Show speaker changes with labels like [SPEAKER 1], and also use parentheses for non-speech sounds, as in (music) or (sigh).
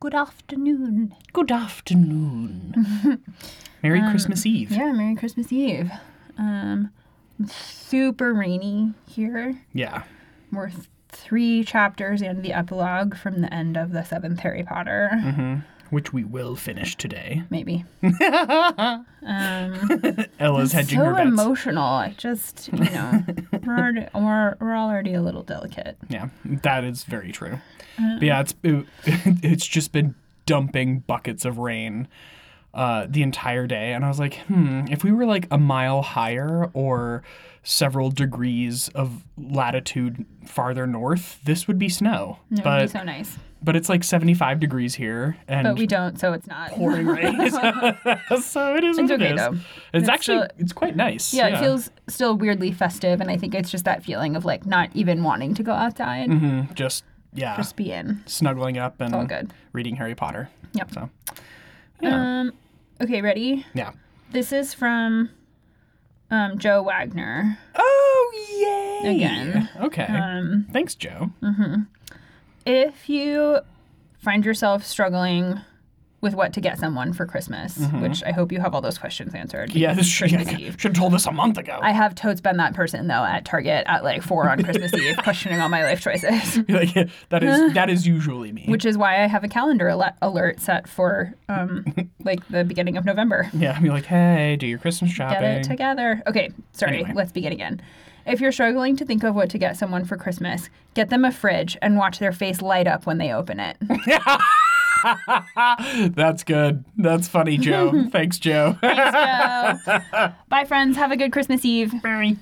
[SPEAKER 1] good afternoon.
[SPEAKER 2] Good afternoon. (laughs) Merry Christmas Eve.
[SPEAKER 1] Um, Yeah, Merry Christmas Eve. Um, super rainy here.
[SPEAKER 2] Yeah.
[SPEAKER 1] We're th- three chapters and the epilogue from the end of the seventh Harry Potter.
[SPEAKER 2] Mm-hmm. Which we will finish today. (laughs)
[SPEAKER 1] Maybe.
[SPEAKER 2] Ella's
[SPEAKER 1] It's
[SPEAKER 2] hedging
[SPEAKER 1] so
[SPEAKER 2] her bets.
[SPEAKER 1] emotional. I just, you know, we're, already, we're, we're all already a little delicate.
[SPEAKER 2] yeah, that is very true.
[SPEAKER 1] Uh.
[SPEAKER 2] But yeah, it's it, (laughs) it's just been dumping buckets of rain uh, the entire day, and I was like, hmm, if we were like a mile higher or several degrees of latitude farther north, this would be snow.
[SPEAKER 1] It would be
[SPEAKER 2] but
[SPEAKER 1] so nice.
[SPEAKER 2] but it's like 75 degrees here, and
[SPEAKER 1] But we don't, so it's not. (laughs)
[SPEAKER 2] pouring rain. (laughs) so it is
[SPEAKER 1] It's
[SPEAKER 2] what
[SPEAKER 1] okay,
[SPEAKER 2] it is.
[SPEAKER 1] though.
[SPEAKER 2] It's,
[SPEAKER 1] It's
[SPEAKER 2] actually
[SPEAKER 1] still-
[SPEAKER 2] it's quite nice.
[SPEAKER 1] Yeah, it feels still weirdly festive, and I think it's just that feeling of like not even wanting to go outside,
[SPEAKER 2] Mm, just yeah,
[SPEAKER 1] just be in.
[SPEAKER 2] snuggling up and
[SPEAKER 1] all good.
[SPEAKER 2] reading Harry Potter.
[SPEAKER 1] Yep.
[SPEAKER 2] So yeah,
[SPEAKER 1] Um, okay, ready?
[SPEAKER 2] yeah.
[SPEAKER 1] This is from um, Joe Wagner.
[SPEAKER 2] Oh yay!
[SPEAKER 1] Again. Um, mm-hmm.
[SPEAKER 2] Okay. Thanks, Joe.
[SPEAKER 1] If you find yourself struggling with what to get someone for Christmas,
[SPEAKER 2] Mm-hmm.
[SPEAKER 1] which I hope you have all those questions answered.
[SPEAKER 2] Yeah,
[SPEAKER 1] because
[SPEAKER 2] this should,
[SPEAKER 1] Christmas
[SPEAKER 2] yeah,
[SPEAKER 1] Eve.
[SPEAKER 2] (laughs) should have told us a month ago.
[SPEAKER 1] I have totes been that person though at Target at like four on Christmas Eve,
[SPEAKER 2] (laughs)
[SPEAKER 1] questioning all my life choices,
[SPEAKER 2] (laughs) Like, yeah,
[SPEAKER 1] (laughs)
[SPEAKER 2] that is that is usually me.
[SPEAKER 1] which is why I have a calendar al- alert set for
[SPEAKER 2] (laughs)
[SPEAKER 1] um, like the beginning of November.
[SPEAKER 2] yeah, I'd be like, hey, do your Christmas shopping.
[SPEAKER 1] Get it together. Okay, sorry,
[SPEAKER 2] Anyway.
[SPEAKER 1] let's begin again. If you're struggling to think of what to get someone for Christmas, get them a fridge and watch their face light up when they open it.
[SPEAKER 2] (laughs) That's good. That's
[SPEAKER 1] (laughs)
[SPEAKER 2] funny, Joe. Thanks, Joe.
[SPEAKER 1] Thanks, Joe. Bye, friends. Have a good Christmas Eve.
[SPEAKER 2] Bye.